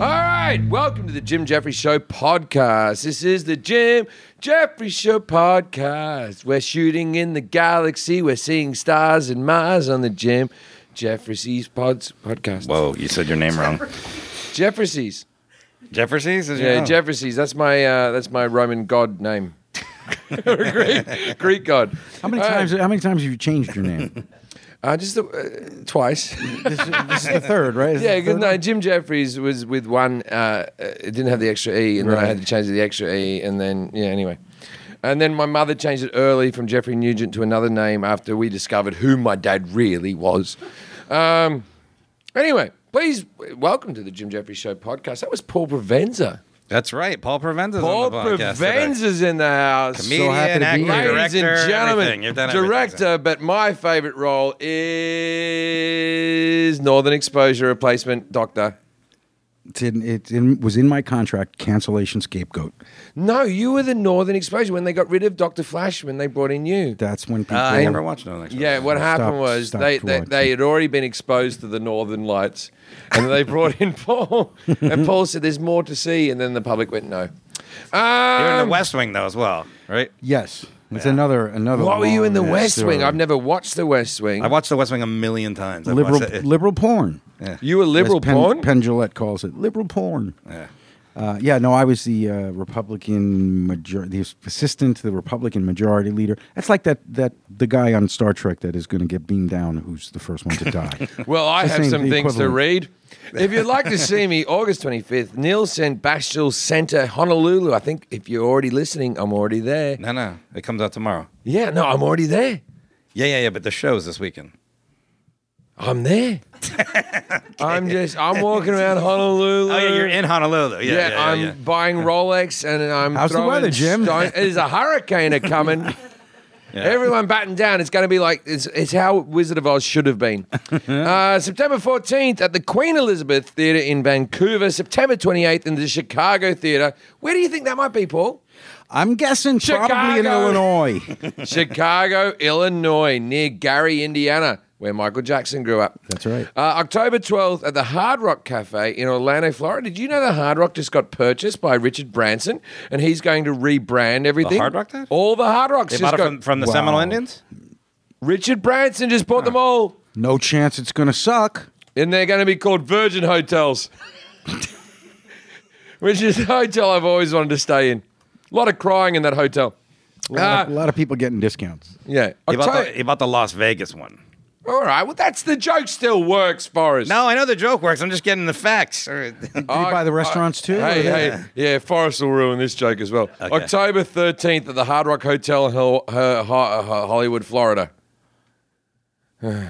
All right, welcome to the Jim Jeffrey Show podcast. This is the Jim Jeffrey Show podcast. We're shooting in the galaxy. We're seeing stars and Mars on the Jim Jeffrey's pods podcast. Whoa, you said your name wrong. Jeffrey's, Jefferson's? Is yeah, your Jeffrey's. That's my uh, that's my Roman god name. Greek, Greek god. How many times? How many times have you changed your name? Uh, just the, uh, twice. this, is, this is the third, right? Is Yeah, this because the third no, one? Jim Jeffries was with one. Uh, uh, it didn't have the extra e, and then I Right. had to change it to the extra e, and then yeah, anyway, and then my mother changed it early from Jeffrey Nugent to another name after we discovered who my dad really was. Um, anyway, please w- welcome to the Jim Jeffries Show podcast. That was Paul Provenza. That's right. Paul Provenza's Paul on the podcast. today. Provenza's in the house. Comedian, happy to be actor, here. Ladies director, and gentlemen, everything. You've done everything. director, but my favorite role is Northern Exposure replacement doctor. It's in, it in, was in my contract. Cancellation scapegoat. No, you were the Northern Exposure when they got rid of Doctor Flash when they brought in you. That's when people. Ah, Uh, I never watched no next Yeah, what Stopped- happened was stopped they, they, they watching. had already been exposed to the Northern Lights, and they brought in Paul, and Paul said, "There's more to see," and then the public went, "No." You're in the Um, West Wing though as well, right? Yes, it's another another. what were you in the long West story. Wing? I've never watched the West Wing. I watched the West Wing a million times. I liberal watched it. liberal porn. Yeah. you were liberal As Penn, porn. Penn Jillette calls it liberal porn. Yeah. Uh, yeah, no, I was the uh, Republican major- the assistant to the Republican majority leader. That's like that that the guy on Star Trek that is going to get beamed down, who's the first one to die. Well, I It's the have same- some the things to read. equivalent. If you'd like to see me, August 25th, Nielsen Bashel Center, Honolulu. I think if you're already listening, I'm already there. No, no. It comes out tomorrow. Yeah, no, I'm already there. Yeah, yeah, yeah. But the show's this weekend. I'm there. I'm just, I'm walking around Honolulu. Oh Uh, yeah, you're in Honolulu. Yeah, yeah, Yeah, yeah, I'm yeah. buying Rolex and I'm How's the throwing weather, Jim? stone- There's a hurricane a coming. Everyone batten down. It's going to be like it's, it's how Wizard of Oz should have been. uh, September 14th at the Queen Elizabeth Theatre in Vancouver. September 28th in the Chicago Theatre. Where do you think that might be, Paul? I'm guessing probably in Chicago. Illinois. Chicago, Illinois, near Gary, Indiana, where Michael Jackson grew up. That's right. Uh, October 12th at the Hard Rock Cafe in Orlando, Florida. Did you know the Hard Rock just got purchased by Richard Branson and he's going to rebrand everything? Hard Rock did? All the Hard Rocks. They just bought it got- from, from the Seminole Indians. Richard Branson just bought Oh. them all No chance it's going to suck. and they're going to be called Virgin Hotels, which is a hotel I've always wanted to stay in. A lot of crying in that hotel. A lot, Ah. a lot of people getting discounts. Yeah. He bought, Octo- the, he bought the Las Vegas one. all right. Well, that's the joke still works, Forrest. No, I know the joke works. I'm just getting the facts. Did you buy the restaurants too? Uh, Hey, hey, yeah, Forrest will ruin this joke as well. October 13th at the Hard Rock Hotel in Hol- Ho- Ho- Ho- Hollywood, Florida.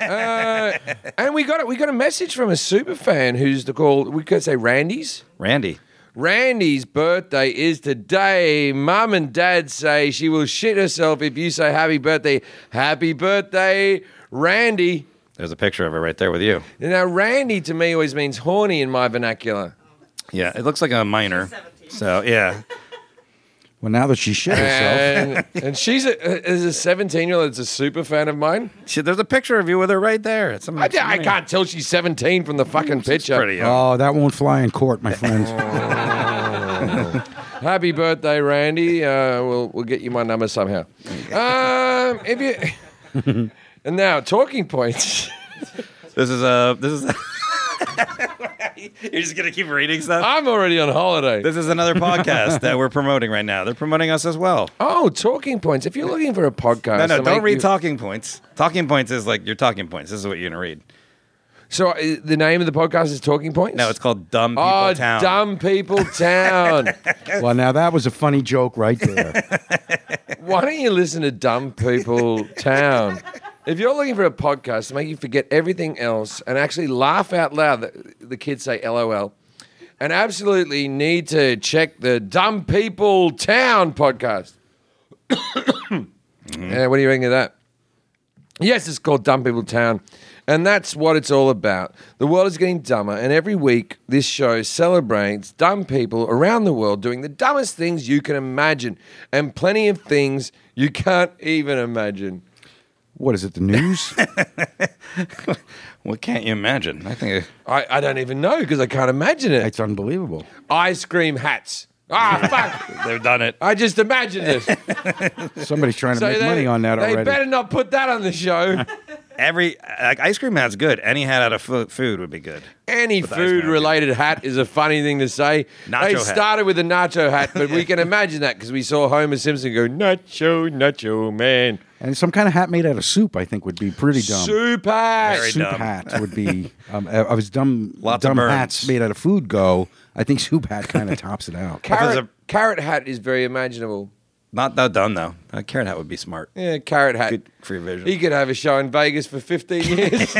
Uh, and we got it. We got a message from a super fan who's the call. We could say Randy's. Randy. Randy's birthday is today. Mum and Dad say she will shit herself if you say happy birthday. Happy birthday, Randy. There's a picture of her right there with you. Now, Randy to me always means horny in my vernacular. Yeah, it looks like a minor. So yeah, Well, now that she shit herself, and, and she's a, is a 17 year old that's a super fan of mine. She, there's a picture of you with her right there. It's I, I can't tell she's 17 from the fucking picture. Pretty young. oh, that won't fly in court, my friends. Happy birthday, Randy. Uh, we'll, we'll get you my number somehow. Um, if you, and now, talking points. This is a this is. You're just gonna keep reading stuff. I'm already on holiday. This is another podcast that we're promoting right now. They're promoting us as well. Oh, talking points. If you're looking for a podcast, No, no, to don't make read you- talking points. Talking points is like your talking points. This is what you're gonna read. So uh, the name of the podcast is Talking Points. No, it's called Dumb People Oh, Town. Dumb People Town. well, now that was a funny joke right there. Why don't you listen to Dumb People Town? If you're looking for a podcast to make you forget everything else and actually laugh out loud, the, the kids say LOL, and absolutely need to check the Dumb People Town podcast. Uh, what do you think of that? Yes, it's called Dumb People Town, and that's what it's all about. The world is getting dumber, and every week this show celebrates dumb people around the world doing the dumbest things you can imagine, and plenty of things you can't even imagine. What is it? The news? What can't you imagine? I think I, I don't even know because I can't imagine it. it's unbelievable. Ice cream hats. Ah, fuck! they've done it. I just imagined this. So Somebody's trying to make they, money on that they already. better not put that on the show. Every like ice cream hat's good. Any hat out of fu- food would be good. Any ice cream, food related hat is a funny thing to say. Nacho they hat. started with a nacho hat, but we can imagine that because we saw Homer Simpson go, Nacho, Nacho, man. and some kind of hat made out of soup, I think, would be pretty dumb. Super. Very soup dumb. hat would be. Um, I I was dumb. Lots of dumb burns. hats made out of food go. I think soup hat kind of tops it out. Carrot, there's a- carrot hat is very imaginable. Not that dumb though. A carrot hat would be smart. Yeah, carrot hat. Good for your vision. He could have a show in Vegas for 15 years.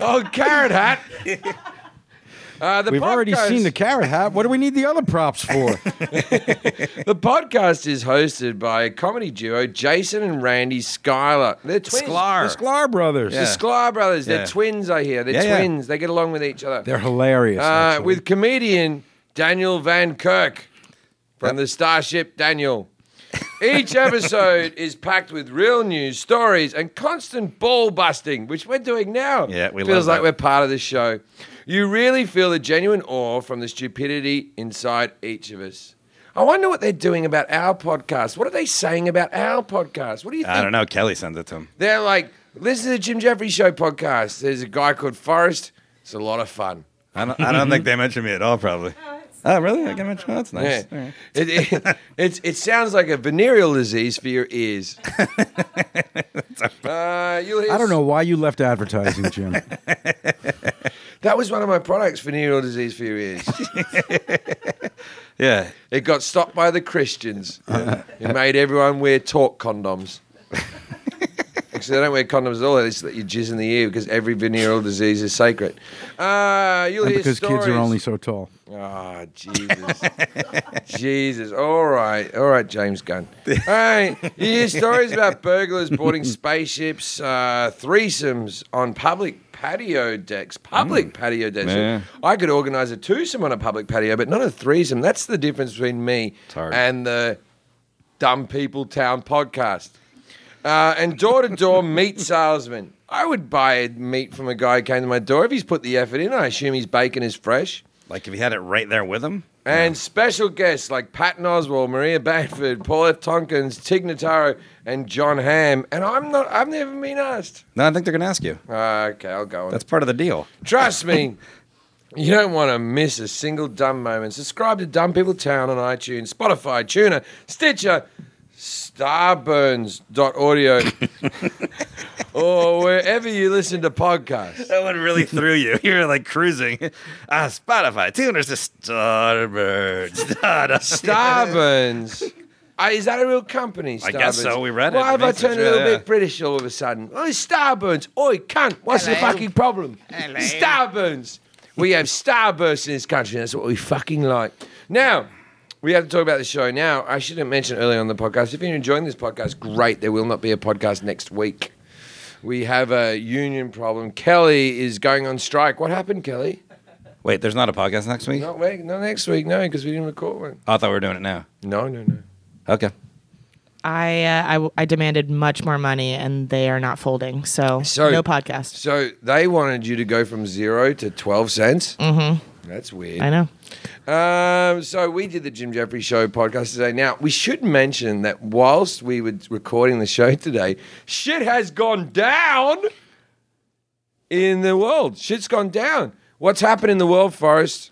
oh, carrot hat. Uh, the We've already podcast- seen the carrot hat. What do we need the other props for? The podcast is hosted by comedy duo Jason and Randy Schuyler. They're twins. Sklar. the Sklar brothers. The Yeah. Sklar brothers. They're Yeah. twins, I hear. They're Yeah, yeah. twins. They get along with each other. They're hilarious. uh, actually. with comedian Daniel Van Kirk from the Starship Daniel. Each episode is packed with real news stories and constant ball busting, which we're doing now. Yeah, we feels love like that. we're part of the show. You really feel the genuine awe from the stupidity inside each of us. I wonder what they're doing about our podcast. What are they saying about our podcast? What do you think? I don't know. Kelly sends it to him. They're like, listen to the Jim Jeffries Show podcast. There's a guy called Forrest. It's a lot of fun. I don't. I don't think they mentioned me at all. Probably. Oh really? I can mention. Oh, that's nice. Yeah. It, it, it's- it sounds like a venereal disease for your ears. uh, you'll hear- I don't know why you left advertising, Jim. That was one of my products, venereal disease for your ears. Yeah. it got stopped by the Christians. it made everyone wear talk condoms. Actually, they don't wear condoms at all. They just let you jizz in the ear because every venereal disease is sacred. Uh, you'll And hear because kids are stories. only so tall. Ah, Jesus. Jesus. All right. All right, James Gunn. All right. You hear stories about burglars boarding spaceships, uh, threesomes on public patio decks. Public patio decks. Yeah. I could organize a twosome on a public patio, but not a threesome. That's the difference between me hard. and the Dumb People Town podcast. Uh, and door to door meat salesman. I would buy meat from a guy who came to my door if he's put the effort in. I assume his bacon is fresh. Like if you had it right there with him. And special guests like Patton Oswald, Maria Bamford, Paul F. Tompkins, Tig Notaro, and John Hamm. And I'm not, I've never been asked. No, I think they're gonna ask you. Uh, okay, I'll go on. That's part of the deal. Trust me, you don't want to miss a single dumb moment. Subscribe to Dumb People Town on iTunes, Spotify, Tuner, Stitcher, starburns.audio, or wherever you listen to podcasts. That one really threw you. You're like cruising. Ah, Spotify, tuners, the Starbirds. Da, da. Starburns. Uh, is that a real company? Starburns? I guess so. We read it. Why It have I makes turned a sense. little Yeah, bit British all of a sudden? Oh, Starburns. Oi, cunt. What's the fucking problem? Starburns. We have Starbursts in this country. That's what we fucking like. Now, we have to talk about the show. Now, I should have mentioned earlier on the podcast if you're enjoying this podcast, great. There will not be a podcast next week. We have a union problem. Kelly is going on strike. What happened, Kelly? Wait, there's not a podcast next week? Not, week, not next week, no, because we didn't record one. Oh, I thought we were doing it now. No, no, no. Okay. I, uh, I w- I demanded much more money, and they are not folding. So, So- no podcast. So they wanted you to go from zero to 12 cents. Mm-hmm. That's weird. I know. Um, so we did the Jim Jeffries Show podcast today. Now, we should mention that whilst we were recording the show today, shit has gone down in the world. Shit's gone down. What's happened in the world, Forrest?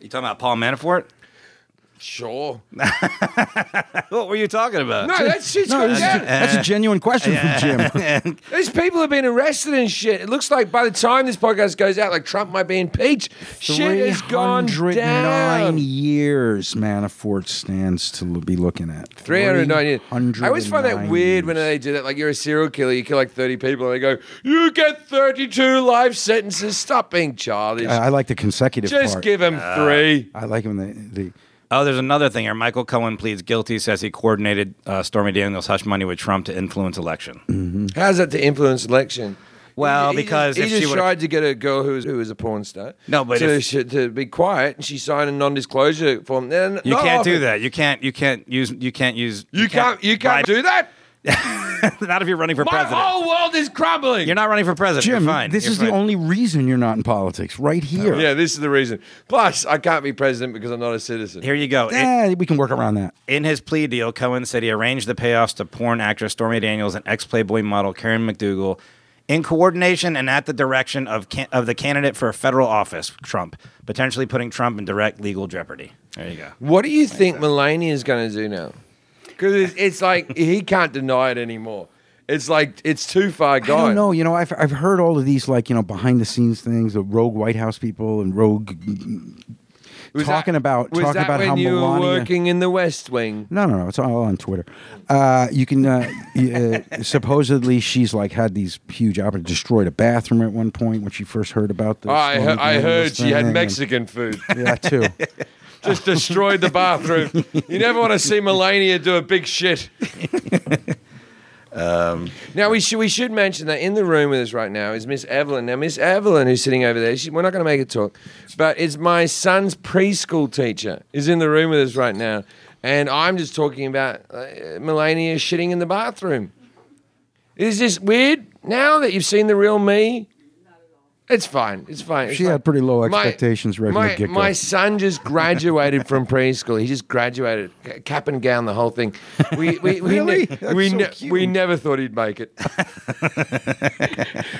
You talking about Paul Manafort? Sure. What were you talking about? No, that shit's No, going this is- down. that's a genuine question from Jim. These people have been arrested and shit. It looks like by the time this podcast goes out, like Trump might be impeached. Shit has gone 309 down. years Manafort stands to l- be looking at. 309 years. I always find that 309 weird when years. they do that. Like, you're a serial killer, you kill like 30 people, and they go, You get 32 life sentences. Stop being childish. Ah, I, I like the consecutive Just part. give him three. I like when they, they Oh, there's another thing here. Michael Cohen pleads guilty, says he coordinated uh, Stormy Daniels' hush money with Trump to influence election. How's that to influence election? Well, He- he because just- he if just she would've- tried to get a girl who was, who was a porn star. No, but to, if- sh- to be quiet, and she signed a non-disclosure form. Then You not can't do often. that. You can't. You can't use. You can't use. You can't. You can't do that. do. Not if you're running for My president. whole world is crumbling. You're not running for president. Jim, you're fine. this You're is fine. the only reason you're not in politics, right here. Yeah, this is the reason. Plus, I can't be president because I'm not a citizen. Here you go. In, Eh, we can work around that. in his plea deal, Cohen said he arranged the payoffs to porn actress Stormy Daniels and ex-Playboy model Karen McDougal, in coordination and at the direction of can- of the candidate for federal office, Trump, potentially putting Trump in direct legal jeopardy. There you go. What do you think Mulaney is going to do now? Because it's, it's like he can't deny it anymore. It's like it's too far I don't gone. know. You know, I've, I've heard all of these, like, you know, behind the scenes things, the rogue White House people and rogue. Was talking that- about was talking that about when how you Melania. were working in the West Wing. No, no, no. It's all on Twitter. Uh, you can uh, y- uh, supposedly she's like had these huge opportunities. Destroyed a bathroom at one point when she first heard about this. I, he- Stormy I Daniels heard she had thing. Mexican food. Yeah, that too. Just destroyed the bathroom. You never want to see Melania do a big shit. now we should we should mention that in the room with us right now is Miss Evelyn. Now Miss Evelyn, who's sitting over there, she, we're not going to make her talk, but it's my son's preschool teacher is in the room with us right now, and I'm just talking about uh, Melania shitting in the bathroom. Is this weird now that you've seen the real me? It's fine. It's fine. It's She fine. had pretty low expectations right from the my, get-go. my son just graduated from preschool. He just graduated, ca- cap and gown, the whole thing. We we we, ne- Really? That's we, so ne- cute. we never thought he'd make it.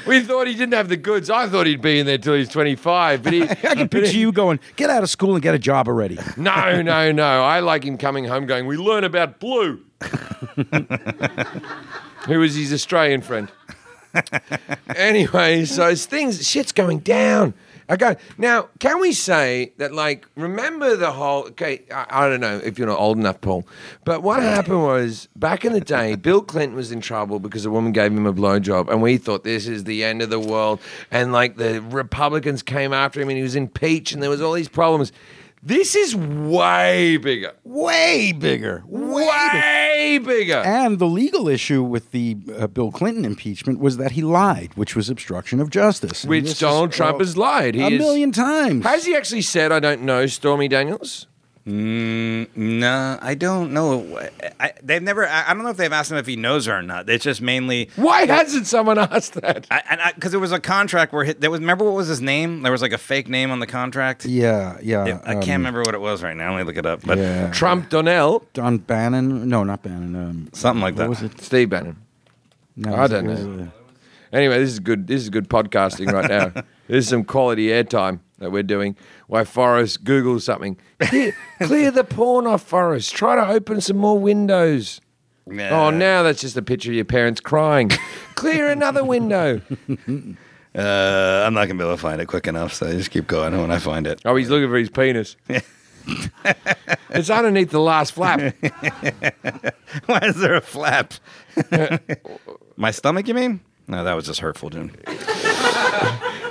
we thought he didn't have the goods. I thought he'd be in there till he's twenty five. But he, I can picture you going, get out of school and get a job already. no, no, no. I like him coming home going, We learn about Blue. Who was his Australian friend. anyway, so it's things, shit's going down. Okay. Now, can we say that, like, remember the whole, okay, I, I don't know if you're not old enough, Paul, but what happened was back in the day, Bill Clinton was in trouble because a woman gave him a blowjob, and we thought this is the end of the world. And, like, the Republicans came after him and he was impeached, and there was all these problems. This is way bigger. Way bigger. Way bigger. And the legal issue with the uh, Bill Clinton impeachment was that he lied, which was obstruction of justice. And Which this is Donald Trump all- has lied. He a is- million times. Has he actually said, I don't know, Stormy Daniels? No, I don't know. I, they've never. I, I don't know if they've asked him if he knows her or not. It's just mainly. Why hasn't someone asked that? I, and because there was a contract where hit, there was. Remember what was his name? There was like a fake name on the contract. Yeah, yeah. I can't um, remember what it was right now. Let me look it up. But Yeah. Trump Donnell, Don Bannon? No, not Bannon. Um, something like that. what was it? Steve Bannon. No, I it was- don't it was, know. uh, Anyway, this is good. This is good podcasting right now. this is some quality airtime that we're doing. Why Forrest Google something? Clear, clear the porn off Forrest. Try to open some more windows. Yeah. Oh, now that's just a picture of your parents crying. clear another window. Uh, I'm not gonna be able to find it quick enough, so I just keep going when I find it. Oh, he's looking for his penis. it's underneath the last flap. Why is there a flap? My stomach, you mean? No, that was just hurtful, Jim.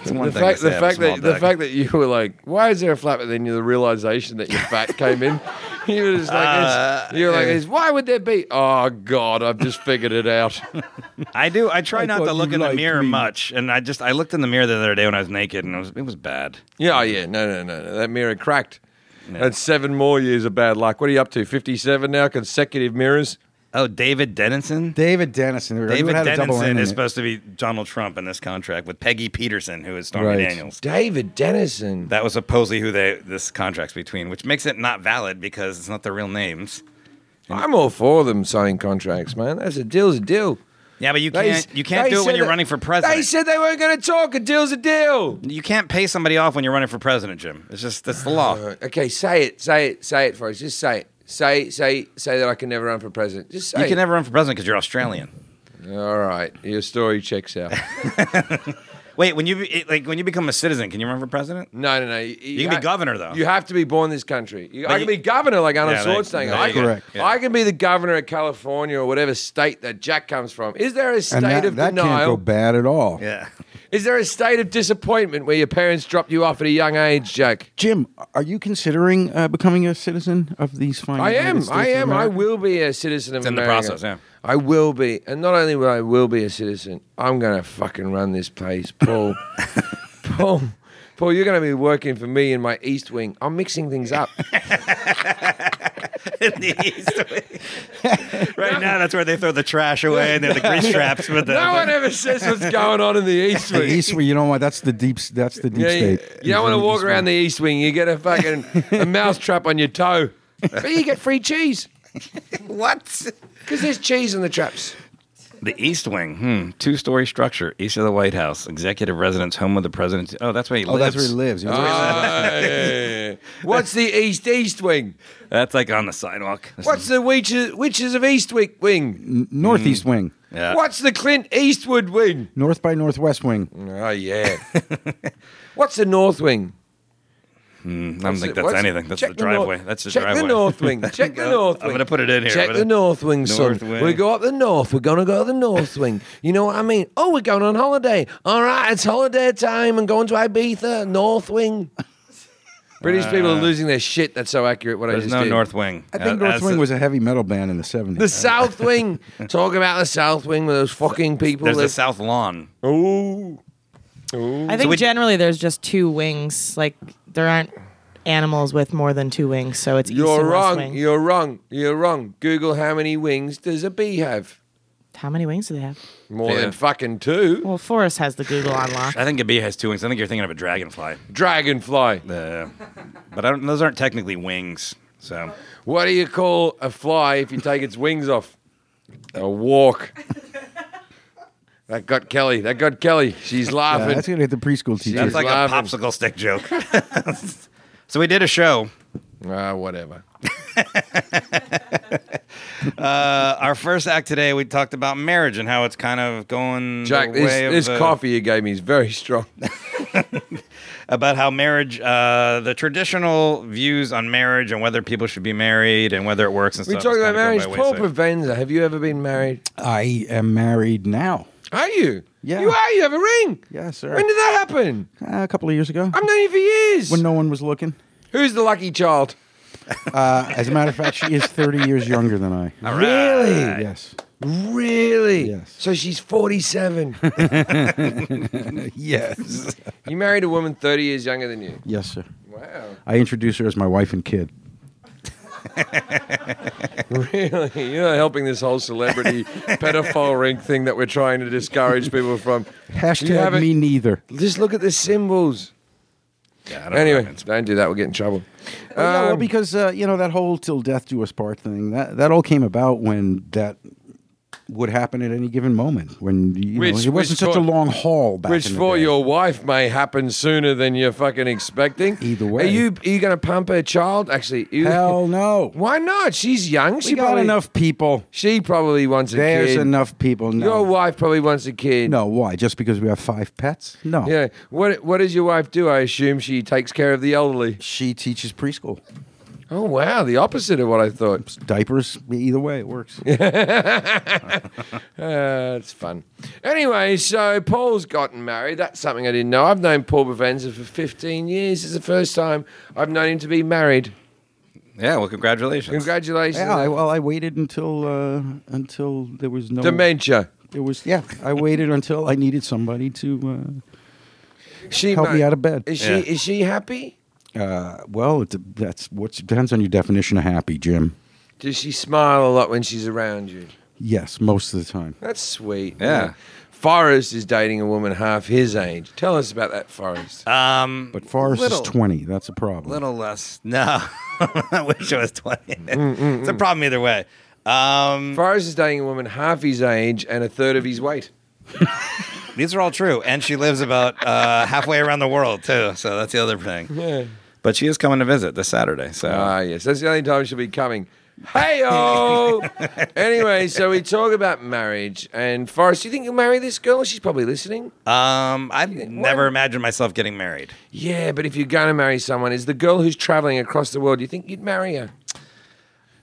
It's one The thing to fact, the say I have a fact small that the dick. fact that you were like, why is there a flap? And then you, the realization that you're fat came in. You were just like, Uh, it's- you're like, yeah. it's- why would there be? Oh God, I've just figured it out. I do. I try not thought to look you in the liked mirror me. much, and I just I looked in the mirror the other day when I was naked, and it was it was bad. yeah, oh, yeah, no, no, no, no. That mirror cracked. That's seven more years of bad luck. What are you up to? Fifty-seven now, consecutive mirrors. Oh, David Dennison. David Dennison. Everyone David had a double N Dennison in is it. supposed to be Donald Trump in this contract with Peggy Peterson, who is Stormy Right. Daniels. David Dennison. That was supposedly who they this contract's between, which makes it not valid because it's not their real names. I'm all for them signing contracts, man. That's a deal's a deal. Yeah, but you They- can't. You can't they do it when said you're that- running for president. They said they weren't going to talk. A deal's a deal. you can't pay somebody off when you're running for president, Jim. It's just that's the law. Okay, say it, say it, say it, folks. Just say it. Say, say, say that I can never run for president. Just say you can it. never run for president because you're Australian. All right, your story checks out. Wait, when you be- it- like when you become a citizen, can you run for president? No, no, no. You, can be governor, though. You have to be born in this country. You, I you- can be governor, like Arnold Yeah, they- Schwarzenegger. there I you can, go. Correct. Yeah. I can be the governor of California or whatever state that Jack comes from. Is there a state and that, of that denial? can't go bad at all. Yeah. Is there a state of disappointment where your parents dropped you off at a young age, Jack? Jim, are you considering uh, becoming a citizen of these fine? I United am. States I of am. I America? will be a citizen of in the America. process, yeah. I will be, and not only will I will be a citizen, I'm gonna fucking run this place, Paul. Paul, Paul, you're gonna be working for me in my East Wing. I'm mixing things up. right now, that's where they throw the trash away and they're the grease traps. With the, no one ever says what's going on in the East The Wing. East, well, you know what? That's the deep. s- That's the deep yeah, you, state. you don't want to walk around the East Wing. You get a fucking a mouse trap on your toe, but you get free cheese what? because there's cheese in the traps. The East Wing, hmm, two-story structure east of the White House, executive residence, home of the president. Oh, that's where he Oh, lives. that's where he lives. Ah, yeah, yeah, yeah. What's the East East Wing? That's like on the sidewalk. That's What's the Witches, witches of East Wick Wing? Northeast wing, Yeah. What's the Clint Eastwood Wing? north by northwest Mm. wing. Oh yeah. What's the North Wing? I don't think that's What's- anything. That's check the driveway. north- that's the check driveway. the North Wing. Check the North Wing. I'm gonna put it in here. Check I'm the gonna- North Wing, son. North Wing. We go up the North. We're gonna go to the North Wing. You know what I mean? Oh, we're going on holiday. All right, it's holiday time and going to Ibiza. North Wing. British people are losing their shit. That's so accurate. What I Uh, There's just no did. North Wing. I Uh, think North that's Wing the- was a heavy metal band in the seventies. The South Wing. Talk about the South Wing with those fucking people. There's that- the South Lawn. Oh. I think Mm. we- generally there's just two wings. Like there aren't animals with more than two wings, so it's east You're and west wrong. wing. You're wrong. You're wrong. Google how many wings does a bee have? How many wings do they have? More Yeah. than fucking two. Well, Forrest has the Google unlock. I think a bee has two wings. I think you're thinking of a dragonfly. Dragonfly. Uh, but I don't, those aren't technically wings. So What do you call a fly if you take its wings off? A walk. that got Kelly. That got Kelly. She's Yeah, laughing. Uh, that's gonna hit the preschool teacher. that's He's like laughing. a popsicle stick joke. so we did a show. Ah, whatever. Uh, our first act today, we talked about marriage and how it's kind of going. Jack, the this, way of, this uh, coffee you gave me is very strong. about how marriage, uh, the traditional views on marriage and whether people should be married and whether it works and we stuff. talking it's about kinda gone marriage. by Paul wayside. Provenza, have you ever been married? I am married now. Are you? Yeah. You are. You have a ring. Yes, sir. When did that happen? Uh, a couple of years ago, I've known you for years. when no one was looking. Who's the lucky child? Uh, as a matter of fact, she is thirty years younger than I. All right. Really? Yes. Really? Yes. So she's 47. Yes. you married a woman 30 years younger than you. Yes, sir. Wow. I introduce her as my wife and kid. Really? You're not helping this whole celebrity pedophile ring thing that we're trying to discourage people from. You Hashtag haven't- me neither. Just look at the symbols. Yeah, I don't Anyway, know. It's- don't do that. We'll get in trouble. Well, yeah, well, Um, because uh, you know that whole "till death do us part" thing that that all came about when that would happen at any given moment. When you know, Which- it wasn't which such for- a long haul back. which in the for day. your wife may happen sooner than you're fucking expecting. Either Are way. you, are you going to pump her child? Actually, you, hell no, why not? She's young. She we got probably, enough people. She probably wants a There's kid. enough people. No, Your wife probably wants a kid. no, why? Just because we have five pets? No. Yeah. What What does your wife do? I assume she takes care of the elderly. She teaches preschool. Oh wow, the opposite of what I thought. Diapers, either way, it works. Uh, it's fun. Anyway, so Paul's gotten married. That's something I didn't know. I've known Paul Bavenza for 15 years. It's the first time I've known him to be married. yeah, well, congratulations. Congratulations. Yeah, I, well, I waited until uh, until there was no Dementia. It was yeah. I waited until I needed somebody to. She Help ma- me out of bed. Is she Yeah. Is she happy? Uh, uh, well, it, de- that's what depends on your definition of happy, Jim. Does she smile a lot when she's around you? Yes, most of the time. That's sweet. Yeah. Forrest is dating a woman half his age. Tell us about that, Forrest. Um, But Forrest Little. is twenty. That's a problem. Mm, little less. No, I wish I was 20. it's a problem either way. Forrest is dating a woman half his age and a third of his weight. These are all true, and she lives about uh, halfway around the world too. So that's the other thing. Yeah. But she is coming to visit this Saturday. So Ah, yes. That's the only time she'll be coming. Hey, oh! anyway, so we talk about marriage. And Forrest, do you think you'll marry this girl? She's probably listening. um, I've never imagined myself getting married. Yeah, but if you're going to marry someone, is the girl who's traveling across the world, do you think you'd marry her?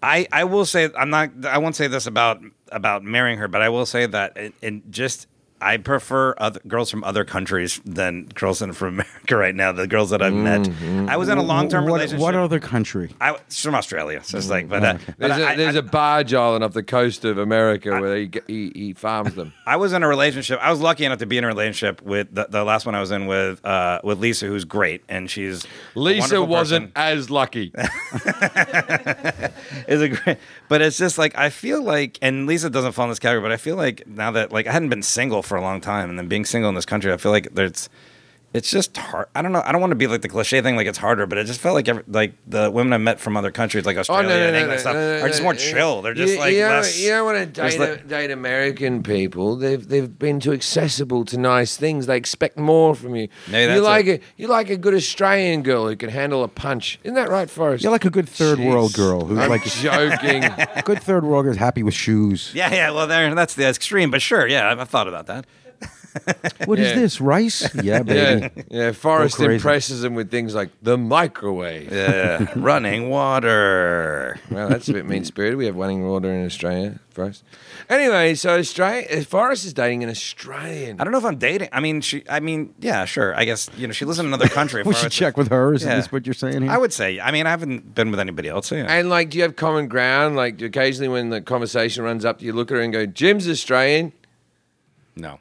I, I will say I'm not I won't say this about about marrying her, but I will say that it, it just I prefer other girls from other countries than girls in from America right now. The girls that I've met, I was in a long term Mm-hmm. What- relationship. What other country? I, it's from Australia, so it's like, Mm. but, uh, but There's, a I- there's I- a barge island off the coast of America where he, he, he farms them. I was in a relationship. I was lucky enough to be in a relationship with the, the last one I was in with uh, with Lisa, who's great, and she's a Lisa wonderful wasn't person. as lucky. is a great, but it's just like I feel like, and Lisa doesn't fall in this category, but I feel like now that like I hadn't been single for a long time, and then being single in this country, I feel like there's, it's just hard. I don't know. I don't want to be like the cliche thing, like it's harder, but it just felt like every, like the women I met from other countries, Oh, like Australia and England, and stuff, are just more no. chill. They're just you, like you know, less. You know, when I there's date, like- date American people, they've they've been too accessible to nice things. They expect more from you. Maybe you that's like it. a you like a good Australian girl who can handle a punch. Isn't that right, Forrest? You're like a good third world Jeez. girl who's I'm like joking. a good third world girl is happy with shoes. yeah, yeah. Well, there, that's the extreme, but sure, yeah, I've, I've thought about that. What is Yeah. this rice? Yeah, baby. yeah, yeah. Forrest Go crazy. impresses them with things like the microwave. Yeah, running water. Well, that's a bit mean spirited. We have running water in Australia, Forrest. Anyway, so Australia, Forrest is dating an Australian. I don't know if I'm dating. I mean, she. I mean, yeah, sure. I guess you know she lives in another country. If We I should was- check with her. Is Yeah. this what you're saying here? I would say. I mean, I haven't been with anybody else. Yeah. And like, do you have common ground? Like, do occasionally when the conversation runs up, do you look at her and go, "Jim's Australian"? no.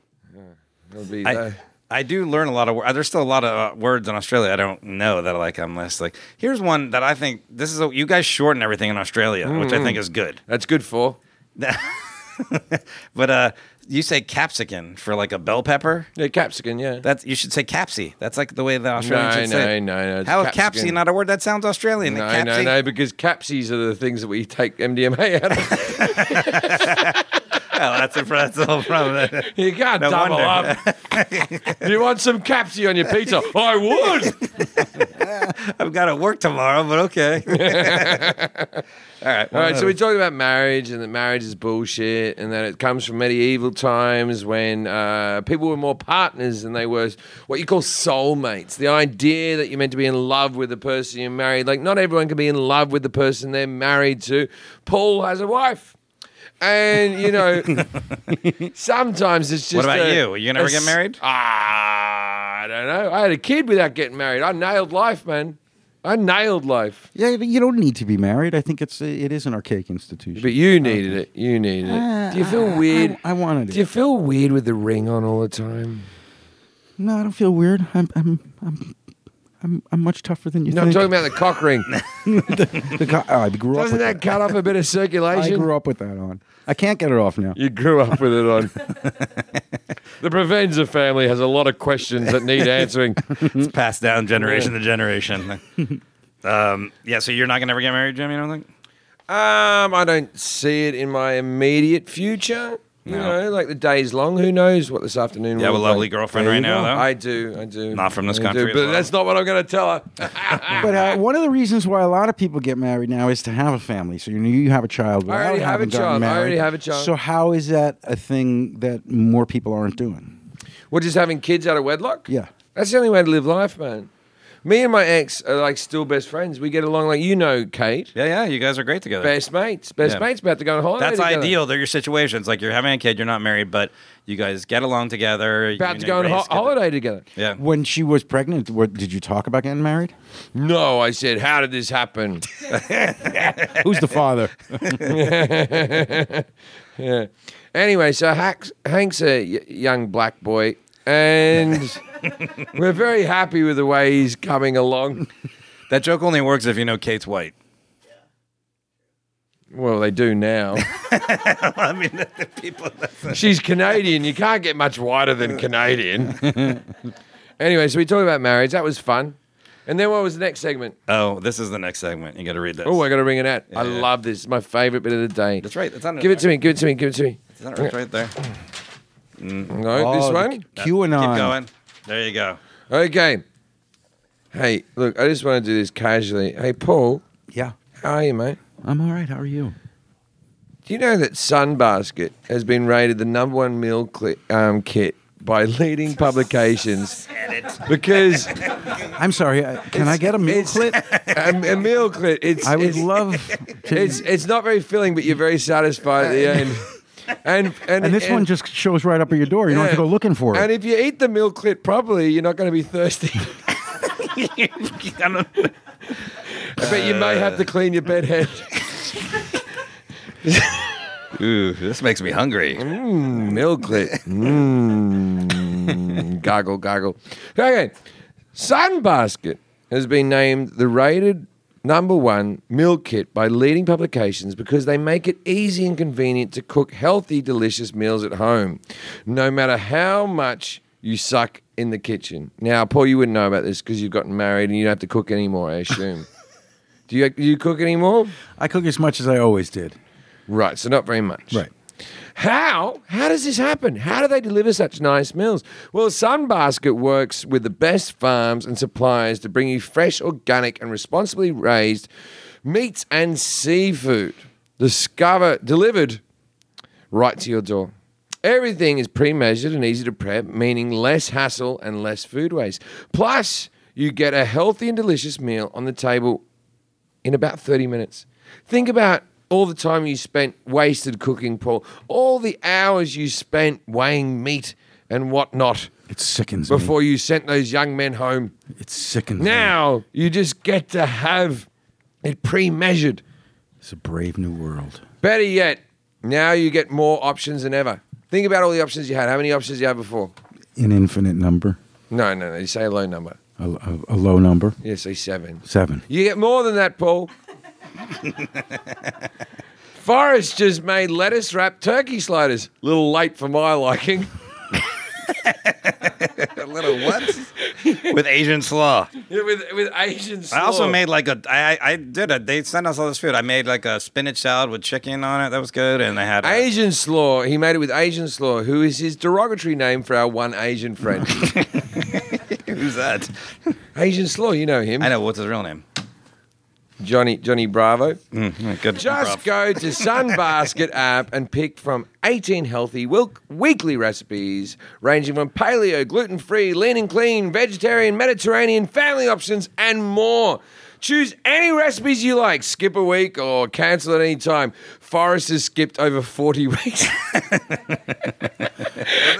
It'll be, I, uh, I do learn a lot of words. There's still a lot of uh, words in Australia I don't know that like I'm less like. Here's one that I think this is a, you guys shorten everything in Australia, which I think Mm. is good. that's good for. But uh, you say capsicum for like a bell pepper. Yeah, capsicum. Yeah, That's you should say capsi. That's like the way the Australians no, should say. no, no, it. no. it's How is capsi capsicum. not a word? That sounds Australian. No, capsi. no, no, because capsies are the things that we take MDMA out of. Well, that's, a, that's the whole problem. You can't No double wonder. up. you want some capsi on your pizza? I would. I've got to work tomorrow, but okay. All right, so we talked about marriage and that marriage is bullshit and that it comes from medieval times when uh, people were more partners than they were what you call soulmates. The idea that you're meant to be in love with the person you're married. Like, not everyone can be in love with the person they're married to. Paul has a wife. And, you know, sometimes it's just. What about a- you? Are you gonna a ever get s- married? Ah, I don't know. I had a kid without getting married. I nailed life, man. I nailed life. Yeah, but you don't need to be married. I think it's it is an archaic institution. But you needed it. You needed it. Do you feel weird? Oh, Uh, I wanted Do you it. feel weird with the ring on all the time? No, I don't feel weird. I'm I'm I'm I'm, I'm much tougher than you. No, I'm think. talking about the cock ring. The co- oh, I grew up. Doesn't With that cut off a bit of I circulation? grew up with that on. I can't get it off now. You grew up with it on. the Provenza family has a lot of questions that need answering. It's passed down generation to generation. um, yeah, so you're not gonna ever get married, Jim? You don't think? Um, I don't see it in my immediate future. You No. know, like the day's long. Who knows what this afternoon You have will a lovely bring. girlfriend There right you now, go. though? I do. I do. Not from this I country as Do, but well. that's not what I'm going to tell her. But uh, one of the reasons why a lot of people get married now is to have a family. So you know you have a child. without already have a having gotten child. I already married. have a child. So how is that a thing that more people aren't doing? We're just having kids out of wedlock? Yeah. That's the only way to live life, man. Me and my ex are like still best friends. We get along like you know, Kate. Yeah, yeah, you guys are great together. Best mates. Best Yeah. mates about to go on holiday. That's together. ideal. They're your situations. Like you're having a kid, you're not married, but you guys get along together. About you to know, go on raise ho- kids. holiday together. Yeah. When she was pregnant, what, did you talk about getting married? No, I said, how did this happen? Who's the father? yeah. Anyway, so Hank's, Hank's a y- young black boy, and we're very happy with the way he's coming along. That joke only works if you know Kate's white. Well, they do now. I mean, the people. She's Canadian. You can't get much whiter than Canadian. anyway, so we talked about marriage. That was fun. And then what was the next segment? Oh, this is the next segment. You got to read this. Oh, I got to ring it out. I Yeah. love this. It's my favorite bit of the day. That's right. It's on- Give it to me. Give it to me. Give it to me. Is that right, right there? No, this one. QAnon. Keep going. There you go. Okay. Hey, look, I just want to do this casually. Hey, Paul, Yeah. how are you, mate? I'm all right. How are you? Do you know that Sunbasket has been rated the number one meal cli um, kit by leading publications because I'm sorry. I, can I get a meal it's um, clit? a, a meal kit. It's I would it's, love. To, It's it's not very filling, but you're very satisfied at the end. And and, and this one just shows right up at your door. You don't have to go looking for And it. if you eat the meal kit properly, you're not going to be thirsty. but you may have to clean your bed head. Ooh, this makes me hungry. Milklet. Mmm. goggle, goggle. Okay. Sunbasket has been named the rated number one meal kit by leading publications because they make it easy and convenient to cook healthy, delicious meals at home, no matter how much you suck in the kitchen. Now, Paul, you wouldn't know about this because you've gotten married and you don't have to cook anymore, I assume. do, you, do you cook anymore? I cook as much as I always did. Right, so not very much. Right. How? How does this happen? How do they deliver such nice meals? Well, Sunbasket works with the best farms and suppliers to bring you fresh, organic, and responsibly raised meats and seafood. Discover delivered right to your door. Everything is pre measured and easy to prep, meaning less hassle and less food waste. Plus, you get a healthy and delicious meal on the table in about 30 minutes. Think about all the time you spent wasted cooking, Paul, all the hours you spent weighing meat and whatnot It sickens me. before you sent those young men home. It sickens me. Now you just get to have it pre measured. It's a brave new world. Better yet, now you get more options than ever. Think about all the options you had. How many options you had before? An infinite number, No, no, no. You say a low number. a, a- a low number, You say seven. seven. You get more than that, Paul. Forrest just made lettuce wrap turkey sliders. A little late for my liking. A little what? With Asian slaw. Yeah, with, with Asian slaw. I also made like a. I I I did a. They sent us all this food. I made like a spinach salad with chicken on it. That was good. And I had. A, Asian slaw. He made it with Asian slaw, who is his derogatory name for our one Asian friend. who's that? Asian slaw, you know him. I know what's his real name. Johnny Johnny Bravo. Mm, Good. Just improv. go to Sunbasket app and pick from 18 healthy wil- weekly recipes ranging from paleo, gluten free, lean and clean, vegetarian, Mediterranean, family options, and more. Choose any recipes you like, skip a week or cancel at any time. Forrest has skipped over 40 weeks.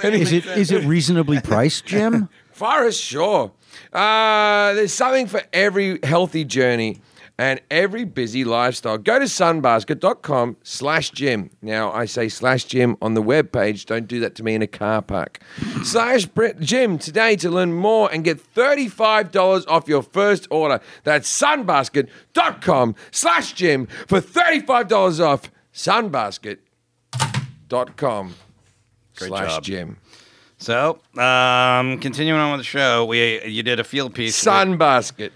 Is it is it reasonably priced, Jim? Forest, sure. Uh, there's something for every healthy journey and every busy lifestyle. Go to sunbasket.com slash gym. Now, I say slash gym on the webpage. Don't do that to me in a car park. slash Brit- gym today to learn more and get $35 off your first order. That's sunbasket.com slash gym for $35 off sunbasket.com slash job. gym. So, um, continuing on with the show, we you did a field piece. Sunbasket.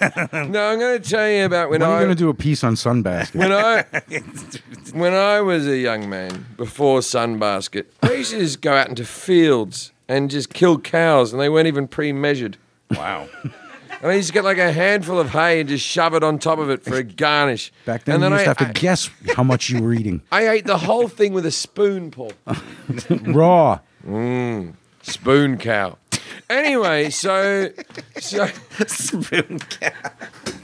no, I'm going to tell you about when When are you I going to do a piece on Sunbasket? when I when I was a young man before Sunbasket. I used to just go out into fields and just kill cows, and they weren't even pre-measured. Wow. And I used to get like a handful of hay and just shove it on top of it for a garnish. Back then, and you used I, to have to guess how much you were eating. I, I ate the whole thing with a spoon, Paul. Raw. Spoon cow. Anyway, so so spoon cow.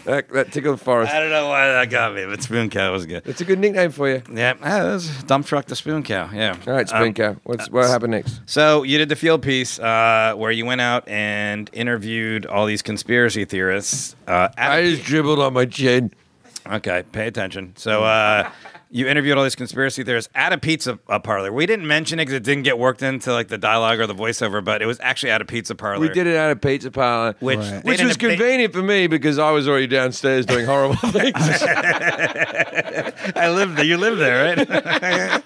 that, that tickled Forrest. I don't know why that got me, but spoon cow was good. It's a good nickname for you. Yeah, ah, that was dump truck the spoon cow. Yeah. All right, spoon cow. What's what happened next? So you did the field piece uh, where you went out and interviewed all these conspiracy theorists. Uh, at I just dribbled on my chin. Okay, pay attention. So uh, you interviewed all these conspiracy theorists at a pizza uh parlor. We didn't mention it because it didn't get worked into like the dialogue or the voiceover, but it was actually at a pizza parlor. We did it at a pizza parlor, Which Right. they which didn't was have- they- convenient for me because I was already downstairs doing horrible things. I lived there. You lived there, right?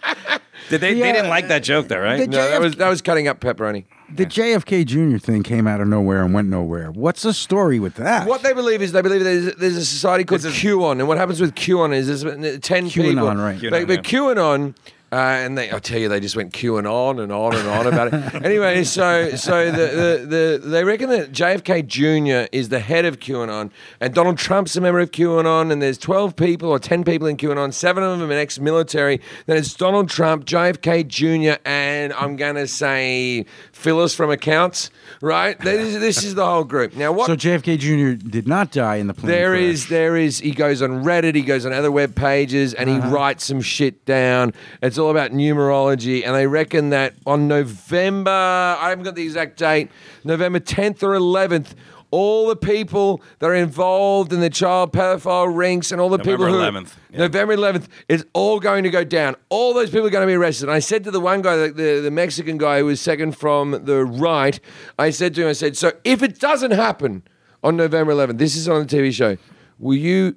did they? They didn't like that joke, though, right? no, that was that was cutting up pepperoni. The JFK Jr. thing came out of nowhere and went nowhere. What's the story with that? What they believe is they believe there's, there's a society called QAnon, and what happens with QAnon is there's uh, ten QAnon, people. right. They- but QAnon. Uh, and they, I tell you, they just went QAnon and on and on and on about it. Anyway, so so the, the, the they reckon that JFK Jr. is the head of QAnon, and Donald Trump's a member of QAnon, and there's 12 people or 10 people in QAnon, seven of them are ex-military. Then it's Donald Trump, JFK Jr., and I'm gonna say Phyllis from Accounts, right? This is, this is the whole group. Now, what So JFK Jr. did not die in the plane. there crash. is, there is. He goes on Reddit. He goes on other web pages, and he writes some shit down. It's all about numerology, and they reckon that on November, I haven't got the exact date, November tenth or eleventh. All the people that are involved in the child pedophile rings and all the people November who 11th, yeah. November 11th is all going to go down. All those people are going to be arrested. And I said to the one guy, the, the, the Mexican guy who was second from the right, I said to him, I said, so if it doesn't happen on November 11th, this is on the TV show, will you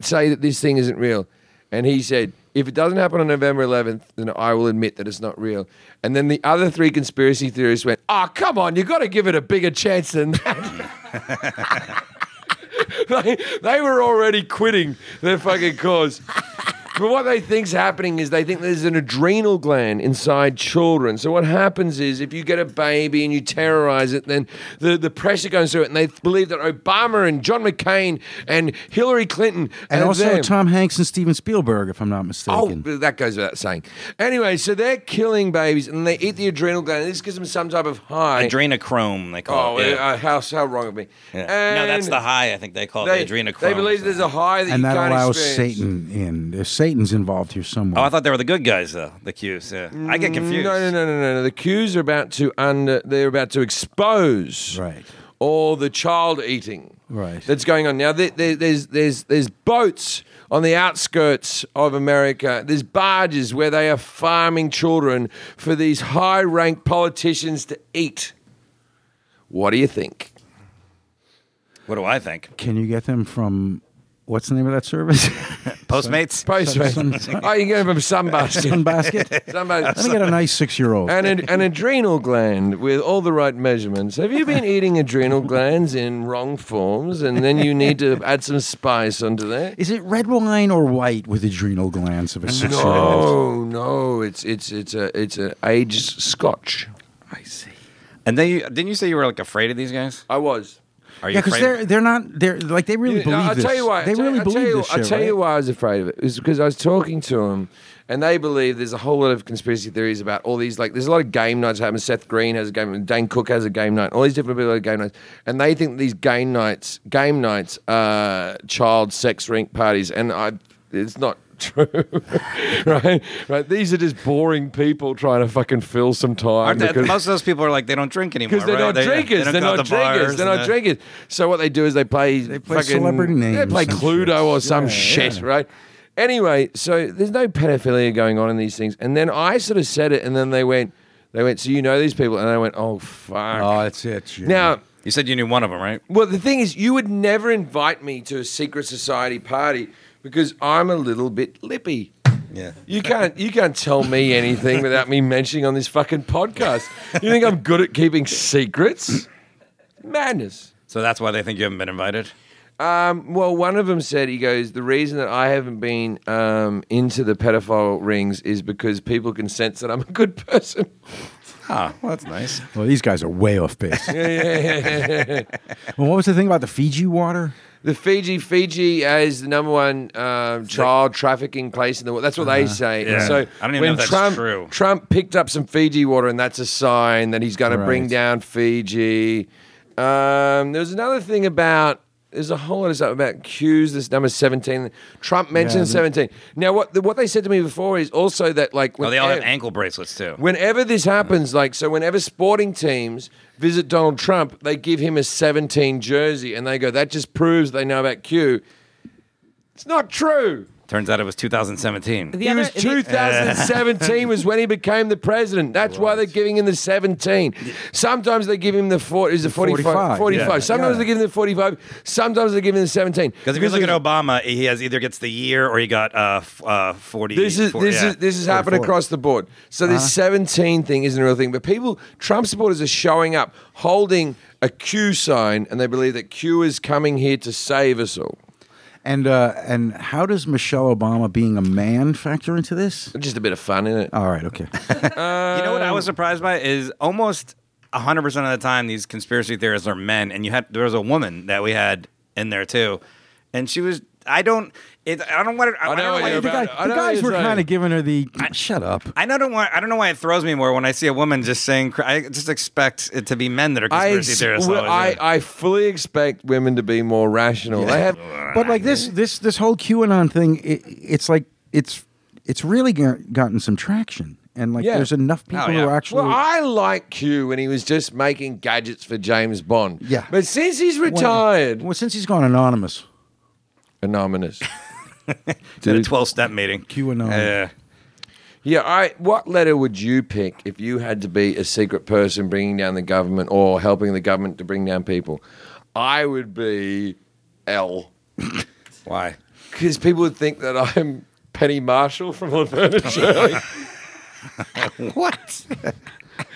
say that this thing isn't real? And he said, if it doesn't happen on November 11th, then I will admit that it's not real. And then the other three conspiracy theorists went, oh, come on, you've got to give it a bigger chance than that. they, they were already quitting their fucking cause. But what they think's happening is they think there's an adrenal gland inside children. So what happens is if you get a baby and you terrorize it, then the, the pressure goes through it, and they believe that Obama and John McCain and Hillary Clinton and also them- Tom Hanks and Steven Spielberg, if I'm not Oh, mistaken. but that goes without saying. Anyway, so they're killing babies and they eat the adrenal gland. This gives them some type of high. Adrenochrome, they oh, call it. Yeah. uh, how, how wrong of me. Yeah. no, that's And the high. I think they call They, it Oh, the adrenochrome. they believe there's a high that and you that can't allows experience. Satan in. If Satan's involved here somewhere. Oh, I thought they were the good guys though. The Qs. Yeah. I get confused. Mm, No, no, no, no, no, no. The Qs are about to under. They're about to expose Right. all the child eating Right. that's going on now. There, there, there's there's there's boats on the outskirts of America. There's barges where they are farming children for these high ranked politicians to eat. What do you think? What do I think? Can you get them from what's the name of that service? Postmates. Postmates. Oh, you get them some basket. Sunbasket. Some Let me get a nice six-year-old. an, ad- an adrenal gland with all the right measurements. Have you been eating adrenal glands in wrong forms and then you need to add some spice onto that? Is it red wine or white with adrenal glands of a six-year-old? No, no, it's it's it's a it's a aged scotch. I see. And then you didn't you say you were like afraid of these guys? I was. Are you Yeah, because afraid? they're they're not they're like they really Yeah, believe I'll this. tell you why. They I'll tell- really I'll believe tell you, this shit. I'll tell you right? why I was afraid of it. It was because I was talking to them, and they believe there's a whole lot of conspiracy theories about all these. Like, there's a lot of game nights happening. Seth Green has a game, and Dane Cook has a game night. All these different people have game nights, and they think these game nights, game nights, are child sex rink parties, and I, it's not. True, right? Right. These are just boring people trying to fucking fill some time. Aren't they, because- most of those people are like they don't drink anymore. because they're right? not They- drinkers. they don't They are not go to the drinkers. bars They're and not the- drinkers. So what they do is they play they play celebrity names They play and Cluedo or shits. some Yeah, shit, yeah. right? Anyway, so there's no pedophilia going on in these things. And then I sort of said it, and then they went, they went. So you know these people, and I went, oh fuck. Oh, that's it. Jimmy. now, You said you knew one of them, right? well, the thing is, you would never invite me to a secret society party because I'm a little bit lippy. Yeah. You can't you can't tell me anything without me mentioning on this fucking podcast. You think I'm good at keeping secrets? Madness. So that's why they think you haven't been invited. Um, well, one of them said he goes. The reason that I haven't been um, into the pedophile rings is because people can sense that I'm a good person. Ah, well, that's nice. well, these guys are way off base. well, what was the thing about the Fiji water? The Fiji, Fiji is the number one um, child trafficking place in the world. That's what they say. Uh-huh. Yeah. So I don't even when know if that's Trump, true. Trump picked up some Fiji water, and that's a sign that he's going to bring Right. down Fiji. Um, there was another thing about. There's a whole lot of stuff about Q's. This number seventeen. Trump mentioned the- seventeen. Now, what what they said to me before is also that like Oh, when they all have ev- ankle bracelets too. Whenever this happens, like so, whenever sporting teams visit Donald Trump, they give him a 17 jersey, and they go, "That just proves they know about Q." It's not true. Turns out it was 2017. The it other- was the- 2017 was when he became the president. That's why they're giving him the 17. Sometimes they give him the 40. Is it 45? 45. 45, yeah. Sometimes Yeah. they give him the 45. Sometimes they give him the 17. Because if you look at Obama, he has either gets the year or he got uh, f- uh 40. This is 40 this yeah. is this has happened across the board. So this 17 thing isn't a real thing, but people, Trump supporters are showing up holding a Q sign, and they believe that Q is coming here to save us all. And uh, and how does Michelle Obama being a man factor into this? Just a bit of fun, isn't it? All right, okay. You know what I was surprised by is almost 100% of the time these conspiracy theorists are men and you had there was a woman that we had in there too. And she was I don't it, I don't want to, I I, know don't what want you're it- the about. guy, I the know what guys you're were saying. kind of giving her the "Ah, shut up. I know don't want I don't know why it throws me more when I see a woman just saying cr- I just expect it to be men that are I, conspiracy ex- theorists. well, always, I, yeah. I fully expect women to be more rational. They have But like this this this whole QAnon thing, it, it's like it's it's really go- gotten some traction, and like Yeah. there's enough people yeah. who are actually. Well, I like Q when he was just making gadgets for James Bond. Yeah. But since he's Well, retired, Well, since he's gone anonymous, anonymous. At a 12 step meeting. QAnon. Yeah. Yeah, I what letter would you pick if you had to be a secret person bringing down the government or helping the government to bring down people? I would be L Why? because people would think that I'm Penny Marshall from Laverne and Shirley. What?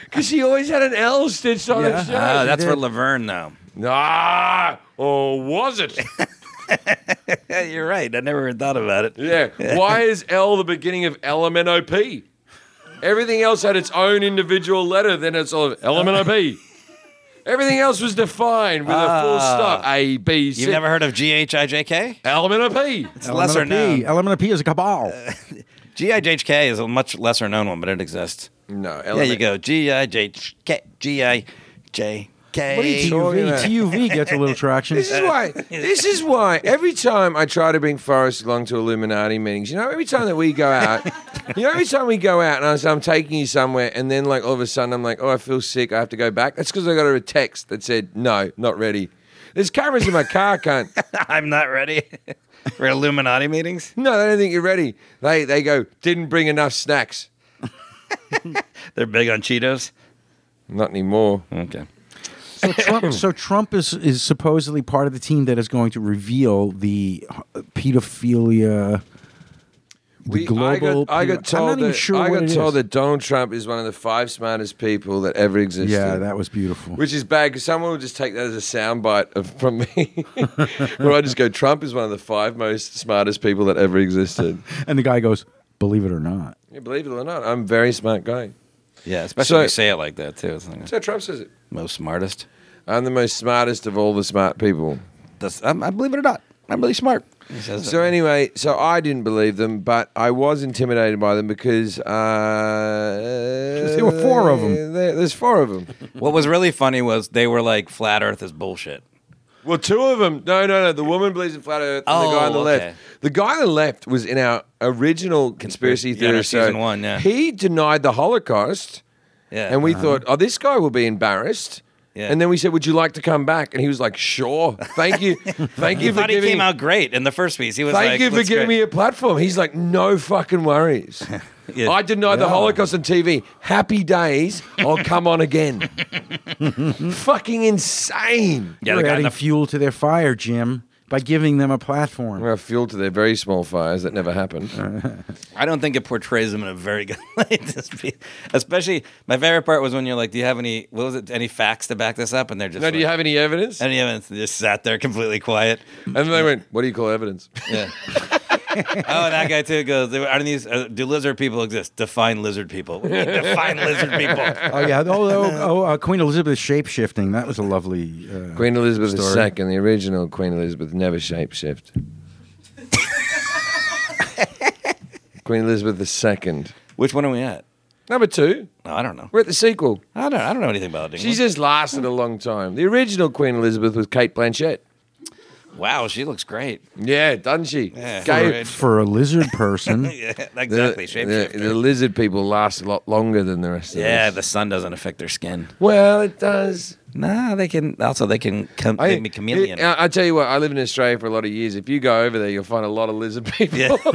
Because she always had an L stitched on her Yeah. shirt. Oh, that's for Laverne though. ah, or was it? Yeah, you're right. I never thought about it. Yeah. Why is L the beginning of LMNOP? Everything else had its own individual letter, then it's all Uh. LMNOP. Everything else was defined with a full stop. A, B, C. Ah. You've never heard of G H I J K? LMNOP. It's lesser known. Element P is a cabal. GIJK is a much lesser known one, but it exists. No, There you go. GIJK. GIJK. What do you- talking TUV? about? TUV gets a little traction. This is why. This is why. Every time I try to bring Forrest along to Illuminati meetings, you know, every time that we go out, you know, every time we go out, and I say I'm taking you somewhere, and then like all of a sudden I'm like, oh, I feel sick, I have to go back. That's because I got a text that said, no, not ready. There's cameras in my car, cunt. I'm not ready for Illuminati meetings. No, they don't think you're ready. They they go, didn't bring enough snacks. They're big on Cheetos. Not anymore. Okay. So Trump, so Trump is is supposedly part of the team that is going to reveal the uh, pedophilia. The We, global. I got, I pedo- got told, I'm not that, even sure I what got it told is. that Donald Trump is one of the five smartest people that ever existed. Yeah, that was beautiful. Which is bad because someone will just take that as a soundbite of- from me, where I just go, "Trump is one of the five most smartest people that ever existed." and the guy goes, "Believe it or not." Yeah, believe it or not, I'm a very smart guy. Yeah, especially So- when you say it like that, too. It's like, That's how Trump says it. most smartest. I'm the most smartest of all the smart people. That's, I'm, I believe it or not, I'm really smart. He says So anyway, so I didn't believe them, but I was intimidated by them because uh, There were four of 'em. there- there's four of them. that. What was really funny was they were like, flat earth is bullshit. Well, two of them. No, no, no. The woman believes in flat Earth, and the guy on the Oh, okay. left. The guy on the left was in our original conspiracy Yeah, in our theory season show. one, yeah. he denied the Holocaust, Yeah. Uh-huh. and we thought, oh, this guy will be embarrassed. Yeah. And then we said, would you like to come back? And he was like, sure. Thank you, thank he you for thought he giving. came out great in the first piece. He was Thank like, you for "Looks giving me great." a platform. He's like, no fucking worries. Yeah. I denied the Holocaust on TV. Happy days. I'll come on again. fucking insane. Yeah, the You're guy in adding the fuel to their fire, Jim, by giving them a platform. Well, fuel to their very small fires that never happened. I don't think it portrays them in a very good light. This be- Especially, my favorite part was when you're like, "Do you have any? What was it? Any facts to back this up?" And they're just, No, do you like- have any evidence? Any evidence? They Just sat there completely quiet. And then they went, "What do you call evidence?" Yeah. oh, and that guy too goes. Are these? Uh, do lizard people exist? Define lizard people. What do you mean, Define lizard people. Oh yeah, oh, oh, oh uh, Queen Elizabeth shape shifting. That was a lovely. Uh, Queen Elizabeth II, the original Queen Elizabeth, never shapeshift. Queen Elizabeth II, Which one are we at? number two. No, I don't know. We're at the sequel. I don't. I don't know anything about it. She's just lasted a long time. The original Queen Elizabeth was Kate Blanchett. Wow, she looks great. Yeah, doesn't she? Yeah. Gay- Forage. For a lizard person, Yeah, the- exactly. the, Shapeshifter. the lizard people last a lot longer than the rest of yeah, us. the sun doesn't affect their skin. Well, it does. Nah, they can also they can come I, they can be chameleon. I, I tell you what, I lived in Australia for a lot of years. If you go over there, you'll find a lot of lizard people. Yeah. Out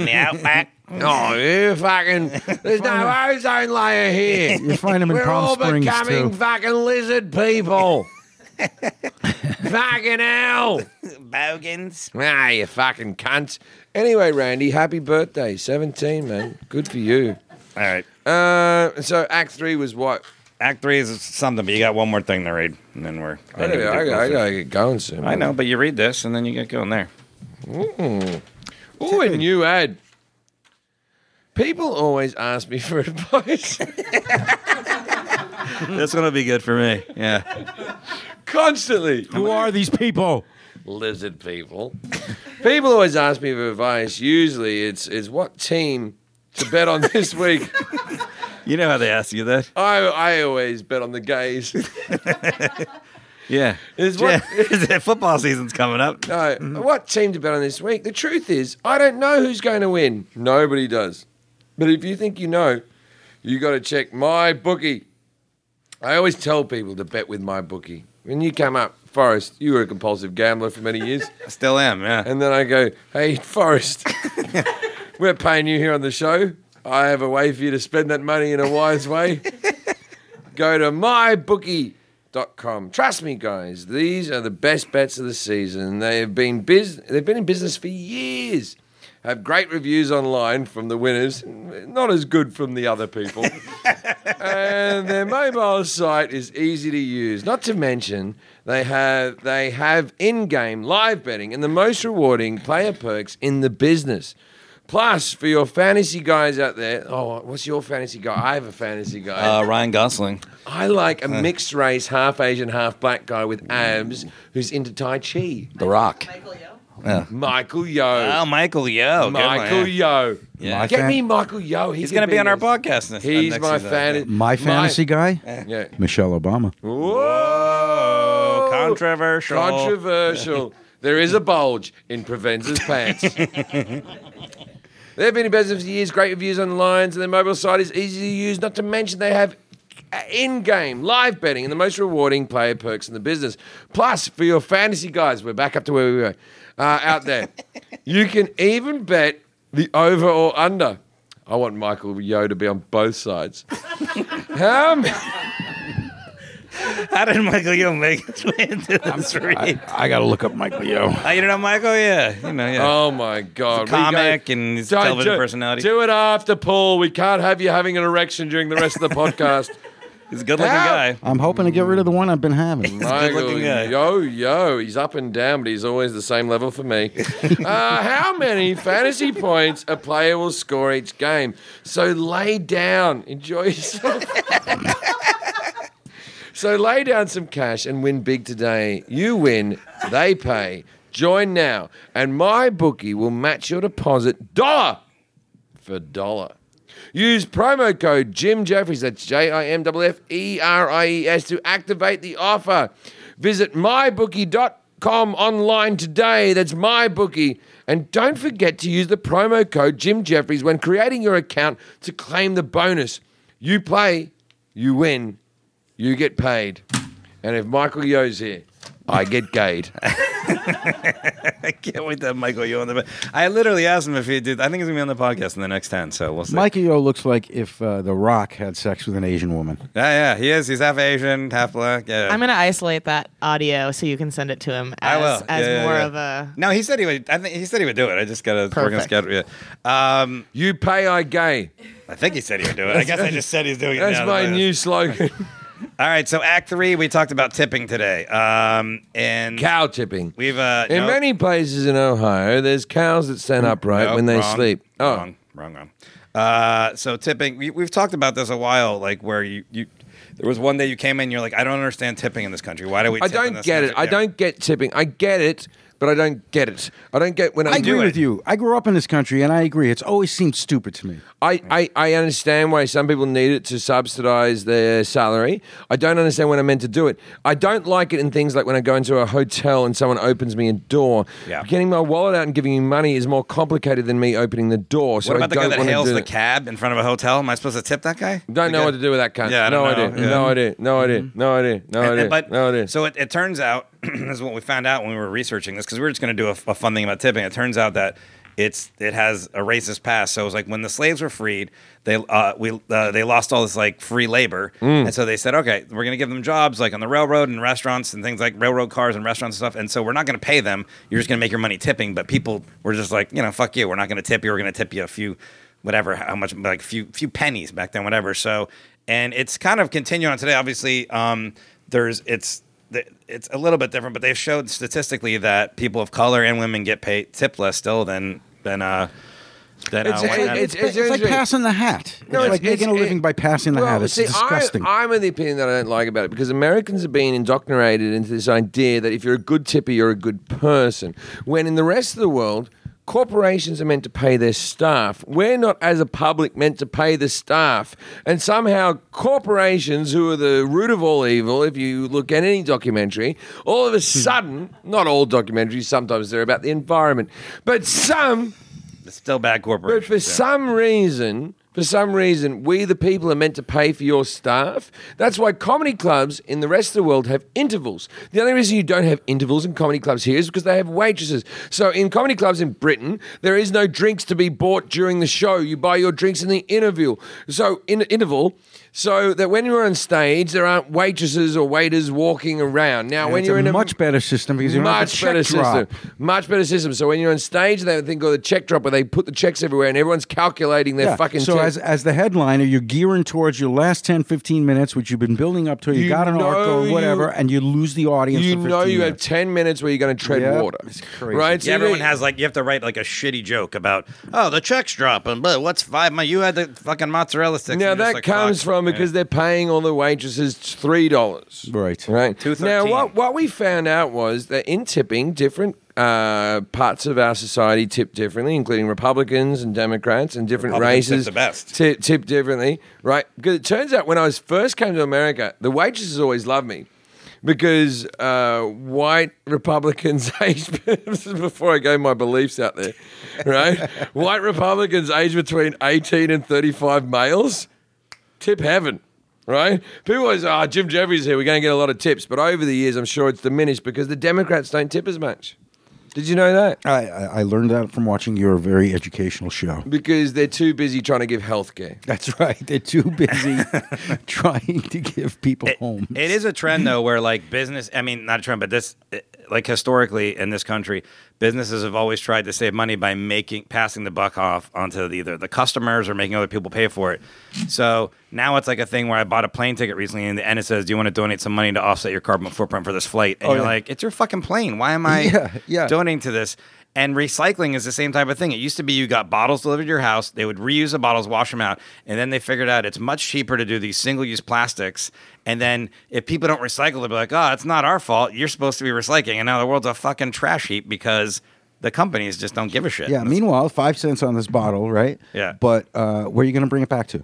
in the outback. oh, you fucking. There's no ozone layer here. you find them in We're all Palm Springs becoming too. fucking lizard people. fucking hell. Bogans. Ah, you fucking cunt. Anyway, Randy, happy birthday. 17, man. Good for you. All right. Uh, so, Act 3 was what? Act three is something, but you got one more thing to read, and then we're. I, gotta- I, gotta- I gotta get going soon. I know, but you read this, and then you get going there. Ooh, a new ad. People always ask me for advice. That's gonna be good for me. Yeah. Constantly. Who are these people? lizard people. people always ask me for advice. Usually it's it's what team to bet on this week. You know how they ask you that? I I always bet on the gays. Yeah. It's what Yeah. Football season's coming up. no, what team to bet on this week? The truth is, I don't know who's going to win. Nobody does. But if you think you know, you got to check my bookie. I always tell people to bet with my bookie. When you came up, Forrest, you were a compulsive gambler for many years. I still am. Yeah. And then I go, hey, Forrest, we're paying you here on the show. I have a way for you to spend that money in a wise way. go to mybookie.com. Trust me, guys, these are the best bets of the season. They have been bus- they've been in business for years. Have great reviews online from the winners, not as good from the other people. and their mobile site is easy to use. Not to mention they have they have in-game live betting and the most rewarding player perks in the business. Plus, for your fantasy guys out there, oh, what's your fantasy guy? I have a fantasy guy. Uh, Ryan Gosling. I like a mixed race, half Asian, half black guy with abs who's into Tai Chi. The Rock. Michael Yo. Oh, Michael Yo. good one, Michael yeah. Yo. Yeah. Get fan- me Michael Yo. He He's could gonna be on our this. podcast. Next, He's next my Eh. season. fantasy. My fantasy guy, Yeah. Michelle Obama. Whoa! Controversial. Controversial. there is a bulge in Provenza's pants. They've been in business for years, great reviews on the lines, and their mobile site is easy to use, not to mention they have in-game live betting and the most rewarding player perks in the business. Plus, for your fantasy guys, we're back up to where we were uh, out there. you can even bet the over or under. I want Michael Yo to be on both sides. um, How did Michael Yo make his way into this read? I gotta look up Michael Yo. Oh, you know Michael? Yeah. You know, yeah. Oh my god! He's a We go- comic and he's a Don't television do- personality. Do it after Paul. We can't have you having an erection during the rest of the podcast. He's a good looking How? guy. I'm hoping to get rid of the one I've been having. a good-looking Michael, guy. Yo, yo, he's up and down, but he's always the same level for me. uh, how many fantasy points a player will score each game? So lay down, enjoy yourself. so lay down some cash and win big today. You win, they pay. Join now, and my bookie will match your deposit dollar for dollar. Use promo code Jim Jeffries, that's J I M F F E R I E S, to activate the offer. Visit mybookie.com online today, that's mybookie. And don't forget to use the promo code Jim Jeffries when creating your account to claim the bonus. You play, you win, you get paid. And if Michael Yo's here, I get gayed. I can't wait to have Michael Yo on the. I literally asked him if he did. I think he's gonna be on the podcast in the next ten. So we'll see. Michael Yo looks like if uh, The Rock had sex with an Asian woman. Yeah, yeah, he is. He's half Asian, half black. Yeah. I'm gonna isolate that audio so you can send it to him I as, will. as Yeah, yeah, more yeah. of a. No, he said he would. I think he said he would do it. I just gotta work on Perfect. schedule. Yeah. Um, You pay, I gay. I think he said he would do it. I guess I just said he's doing it. That's now. my new slogan. All right. So Act Three, we talked about tipping today. Um, and Cow tipping. we've uh, In no, many places in Ohio, there's cows that stand upright no, when they Mm. wrong, sleep. Oh, Wrong, wrong, wrong. Uh, so tipping. We, we've talked about this a while. Like where you you. There was one day you came in, you're like, I don't understand tipping in this country. Why do we? I tip in don't this get it. country?" I Yeah. don't get tipping. I get it but I don't get it. I don't get when I, I agree do it. with you. I grew up in this country, and I agree. It's always seemed stupid to me. I, I, I understand why some people need it to subsidize their salary. I don't understand when I'm meant to do it. I don't like it in things like when I go into a hotel and someone opens me a door. Yeah. Getting my wallet out and giving you money is more complicated than me opening the door. So What I about the guy don't that wanna hails do the it. cab in front of a hotel? Am I supposed to tip that guy? Don't The know guy- what to do with that cunt. Yeah, I no don't know. idea. Yeah. No idea. No idea. No idea. No And- idea. and- but no idea. so it, it turns out this is what we found out when we were researching this because we were just going to do a, a fun thing about tipping. It turns out that it's it has a racist past. So it was like when the slaves were freed, they uh, we uh, they lost all this like free labor, and so they said, okay, we're going to give them jobs like on the railroad and restaurants and things like railroad cars and restaurants and stuff. And so we're not going to pay them. You're just going to make your money tipping. But people were just like, you know, fuck you. We're not going to tip you. We're going to tip you a few whatever how much like few few pennies back then whatever so and it's kind of continuing on today obviously um there's it's th- it's a little bit different but they've showed statistically that people of color and women get paid tip less still than than uh than uh, It's- white men. it's- It's, like interesting. passing the hat. No, it's, like making a it's- living it- by passing the Well, hat. It's see, disgusting. I, I'm of the opinion that I don't like about it because Americans have been indoctrinated into this idea that if you're a good tipper, you're a good person. When in the rest of the world, corporations are meant to pay their staff. We're not, as a public, meant to pay the staff. And somehow, corporations, who are the root of all evil, if you look at any documentary, all of a sudden, not all documentaries, sometimes they're about the environment, but some. it's still bad But corporations for yeah. some reason, for some reason, we the people are meant to pay for your staff. That's why comedy clubs in the rest of the world have intervals. The only reason you don't have intervals in comedy clubs here is because they have waitresses. So in comedy clubs in Britain, there is no drinks to be bought during the show. You buy your drinks in the interview. So in interval. So that when you're on stage, there aren't waitresses or waiters walking around. Now, when it's you're a in a much better system because you don't have to much check better drop. system. Much better system. So when you're on stage, they have a thing called the check drop where they put the checks everywhere and everyone's calculating their Yeah. fucking so check. as as the headliner, you're gearing towards your last 10, 15 minutes, which you've been building up to. You, You got an know article or you- whatever, and you lose the audience. you for 15 know you have minutes. 10 minutes where you're going to tread Yep. water. It's crazy. Right? yeah, everyone you- has like you have to write like a shitty joke about oh the checks dropping but what's five my you had the fucking mozzarella sticks Now and you're just that like, comes fuck. from Yeah. because they're paying all the waitresses three dollars. Right. Right. $2.13. Now what what we found out was that in tipping, different uh, parts of our society tip differently, including Republicans and Democrats and different Republicans tip races. the best. Tip, tip differently, right? Because it turns out when I was first came to America, the waitresses always loved me. Because uh, white Republicans, aged this is before I gave my beliefs out there, right? white Republicans aged between 18 and 35 males tip heaven, right? People always, ah, Jim Jeffries here. We're going to get a lot of tips, but over the years, I'm sure it's diminished because the Democrats don't tip as much. Did you know that? I, I I learned that from watching your very educational show. Because they're too busy trying to give health care. That's right. They're too busy trying to give people It- home. It is a trend though, where like business. I mean, not a trend, but this, like historically in this country, businesses have always tried to save money by making passing the buck off onto the, either the customers or making other people pay for it. So now it's like a thing where I bought a plane ticket recently, and the end it says, "Do you want to donate some money to offset your carbon footprint for this flight?" And you're Oh, yeah. like, "It's your fucking plane. Why am I Yeah, yeah. donating to this?" And recycling is the same type of thing. It used to be you got bottles delivered to your house, they would reuse the bottles, wash them out, and then they figured out it's much cheaper to do these single use plastics. And then if people don't recycle, they'll be like, oh, it's not our fault. You're supposed to be recycling. And now the world's a fucking trash heap because the companies just don't give a shit. Yeah. That's- Meanwhile, five cents on this bottle, right? Yeah. But uh, where are you going to bring it back to?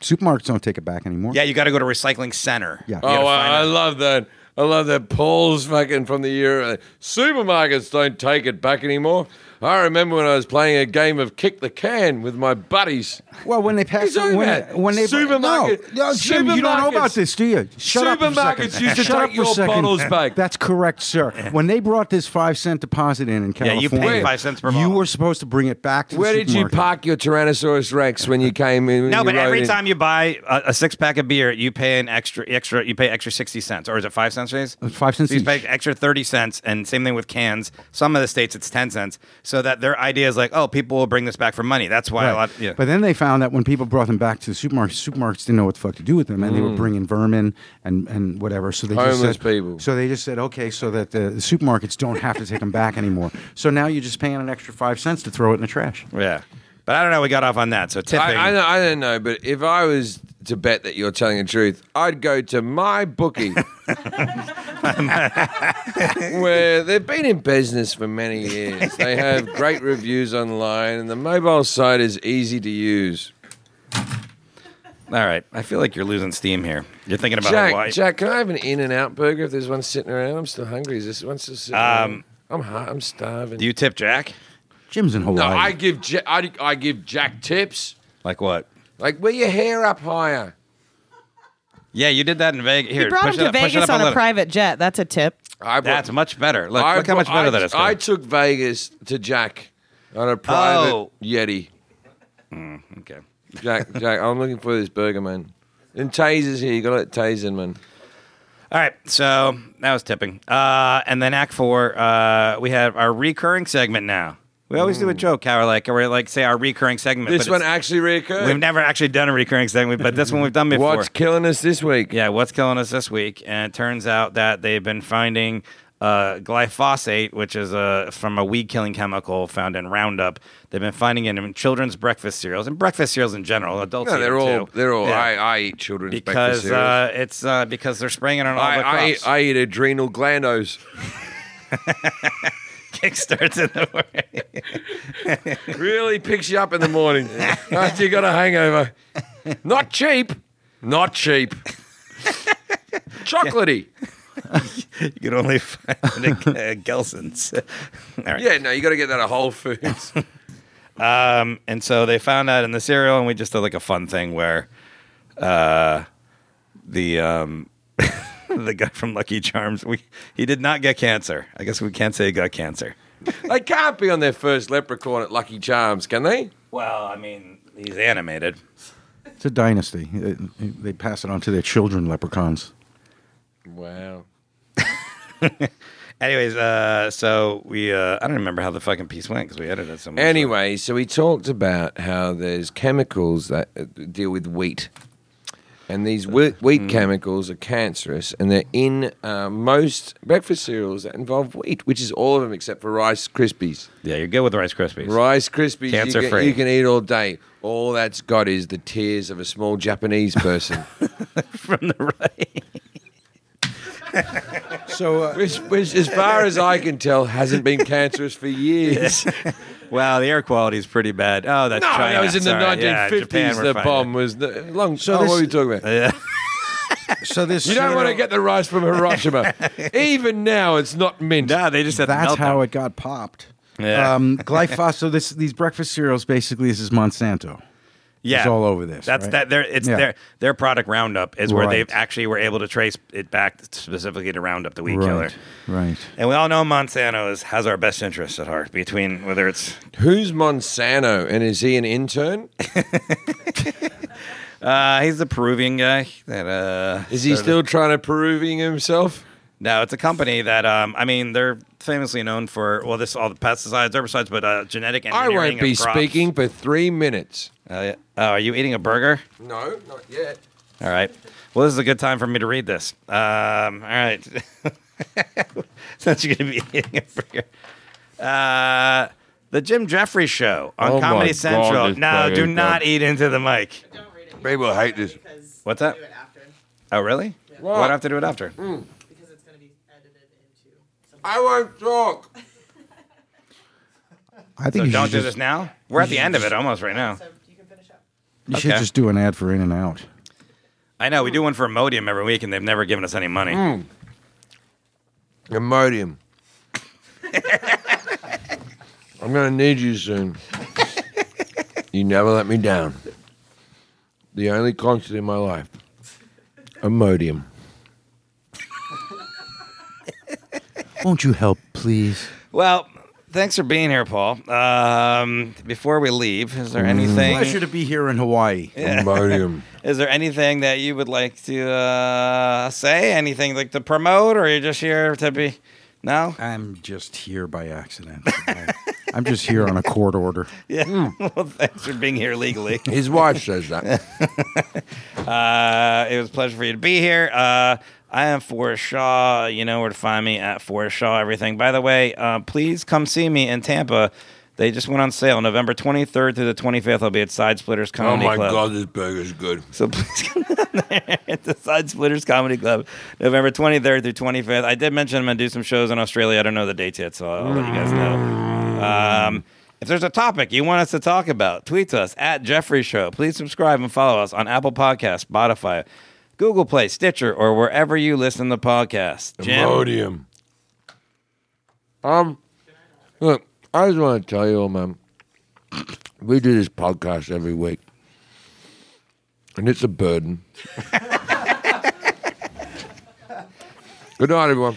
Supermarkets don't take it back anymore. yeah, you got to go to a recycling center. Yeah. You gotta Oh, find I, I out. love that. I love that. Paul's fucking from the year. Uh, supermarkets don't take it back anymore. I remember when I was playing a game of kick the can with my buddies. Well, when they pass He's over when, that. when they Supermarket- no, no, Jim, you don't know about supermarkets- this, do you? Shut up for a Supermarkets second. used to Shut up take for a your second. bottles back. That's correct, sir. When they brought this five cent deposit in in Yeah, California, you paid five cents per You bottle. were supposed to bring it back to the Where did you supermarket. park your Tyrannosaurus Rex when you came in? when No, you but rode every in? time you buy a, a six pack of beer, you pay an extra, extra. You pay extra sixty cents, or is it five cents? Raise It's five cents So you each. pay extra thirty cents, and same thing with cans. Some of the states it's ten cents. So that their idea is like, oh, people will bring this back for money. That's why Uh, a lot. Yeah. But then they found that when people brought them back to the supermarket, supermarkets didn't know what the fuck to do with them, and they were bringing vermin and, and whatever. So they Mm. Homeless just said, people. So they just said, okay, so that the supermarkets don't have to take them back anymore. So now you're just paying an extra five cents to throw it in the trash. yeah. But I don't know. We got off on that. So tipping. I, I, don't- I don't know, but if I was to bet that you're telling the truth, I'd go to my bookie. where they've been in business for many years. They have great reviews online and the mobile site is easy to use. All right. I feel like you're losing steam here. You're thinking about Hawaii. Jack, Jack, can I have an in and out burger if there's one sitting around? I'm still hungry. Is this one still sitting around? I'm hot. I'm starving. Do Um, you tip Jack? Jim's in Hawaii. no, I give ja- I, I give Jack tips. Like what? Like, wear your hair up higher. Yeah, you did that in Vegas. Here, You brought push him to it up- push it Vegas up on a little. private jet. That's a tip. I brought- That's much better. Look, I look how much brought- better I, that is. I Cole. took Vegas to Jack on a private Oh. Yeti. okay. Jack, Jack, I'm looking for this burger, man. And Taser's here. You got to let Taser in, man. All right, so that was tipping. Uh, and then Act Four, uh, we have our recurring segment now. We always do a joke, how we're like, or we like say our recurring segment. Hmm. This but one it's- actually reoccurred. we've never actually done a recurring segment, but this one we've done before. What's killing us this week? yeah, what's killing us this week? And it turns out that they've been finding uh, glyphosate, which is uh, from a weed killing chemical found in Roundup. They've been finding it in children's breakfast cereals and breakfast cereals in general. Adults, No, eat they're it all. too. They're all. Yeah. I, I eat children's breakfast because cereals. uh, it's uh, because they're spraying it on all the I, I, crops. I eat adrenal glandos. Kickstarts in the way. really picks you up in the morning after you got a hangover. Not cheap. Not cheap. Chocolatey. You can only find it at uh, Gelson's. All right. Yeah, no, you got to get that at Whole Foods. Um, and so they found out in the cereal, and we just did like a fun thing where uh, the um, the guy from Lucky Charms, we he did not get cancer. I guess we can't say he got cancer. they can't be on their first leprechaun at Lucky Charms, can they? Well, I mean, he's animated. It's a dynasty. It- it- they pass it on to their children, leprechauns. Wow. Anyways, uh, so we uh, I don't remember how the fucking piece went because we edited it so much. Anyway, so we talked about how there's chemicals that uh, deal with wheat, and these Uh, wheat, wheat hmm. chemicals are cancerous, and they're in uh, most breakfast cereals that involve wheat, which is all of them except for Rice Krispies. yeah, you're good with Rice Krispies. Rice Krispies, you can, Cancer-free. you can eat all day. All that's got is the tears of a small Japanese person, from the right. So uh, which, which, as far as I can tell, hasn't been cancerous for years. Wow, the air quality is pretty bad. Oh, that's No, China. that was in the Sorry. 1950s. Yeah, Japan, we're the fine. bomb was the, long. So So what this- are you talking about? so this You don't want to cereal- get the rice from Hiroshima. Even now, it's not mint. No, they just said That's melt how them. it got popped. Yeah. Um, glyphosate. So this these breakfast cereals basically this is Monsanto. yeah. it's all over this, That's right? that. Their it's Yeah. their their product Roundup is where Right. they actually were able to trace it back specifically to Roundup, the weed killer. Right. Right. And we all know Monsanto is, has our best interests at heart. Between whether it's Who's Monsanto, and is he an intern? uh, he's the Peruvian guy that uh, Is he started- still trying to Peruvian himself? No, it's a company that um, I mean they're famously known for well, this all the pesticides, herbicides, but uh, genetic I engineering. won't of be crops. speaking for three minutes. Uh, yeah. oh, are you eating a burger? No, not yet. All right. Well, this is a good time for me to read this. Um, all right. Since you're going to be eating it for your. Uh, the Jim Jeffries Show on Oh my Comedy God, Central. this no, bag do is not good. eat into the mic. Don't read it. People hate this. Because What's that? after Oh, really? Why do I have to do it after? Mm. because it's going to be edited into. I won't talk. I think So you don't should do just, this now? We're at the end of it almost right now. you can finish up. You should Okay. just do an ad for In and Out. I know. We do one for Imodium every week, and they've never given us any money. Mm. Imodium. I'm going to need you soon. You never let me down. The only constant in my life. Imodium. Won't you help, please? Well, thanks for being here, Paul. Um, before we leave, is Mm. there anything? Pleasure to be here in Hawaii. Imodium. Is there anything that you would like to uh, say? Anything like to promote, or you're just here to be? No. I'm just here by accident. I, am just here on a court order. Yeah. well, thanks for being here legally. His wife says that. Uh, it was a pleasure for you to be here. Uh, I am Forrest Shaw. You know where to find me at Forrest Shaw. Everything. By the way, uh, please come see me in Tampa They just went on sale November 23rd through the 25th. I'll be at Side Splitters Oh Comedy Club. this burger's good. So please come down there at the Side Splitters Comedy Club, November 23rd through 25th. I did mention I'm going to do some shows in Australia. I don't know the dates yet, so I'll let you guys know. Um, if there's a topic you want us to talk about, tweet to us at Jeffrey Show. Please subscribe and follow us on Apple Podcasts, Spotify, Google Play, Stitcher, or wherever you listen to podcasts. Jim, Imodium. Um, look, I just want to tell you, all, man, We do this podcast every week, and it's a burden. good night, everyone.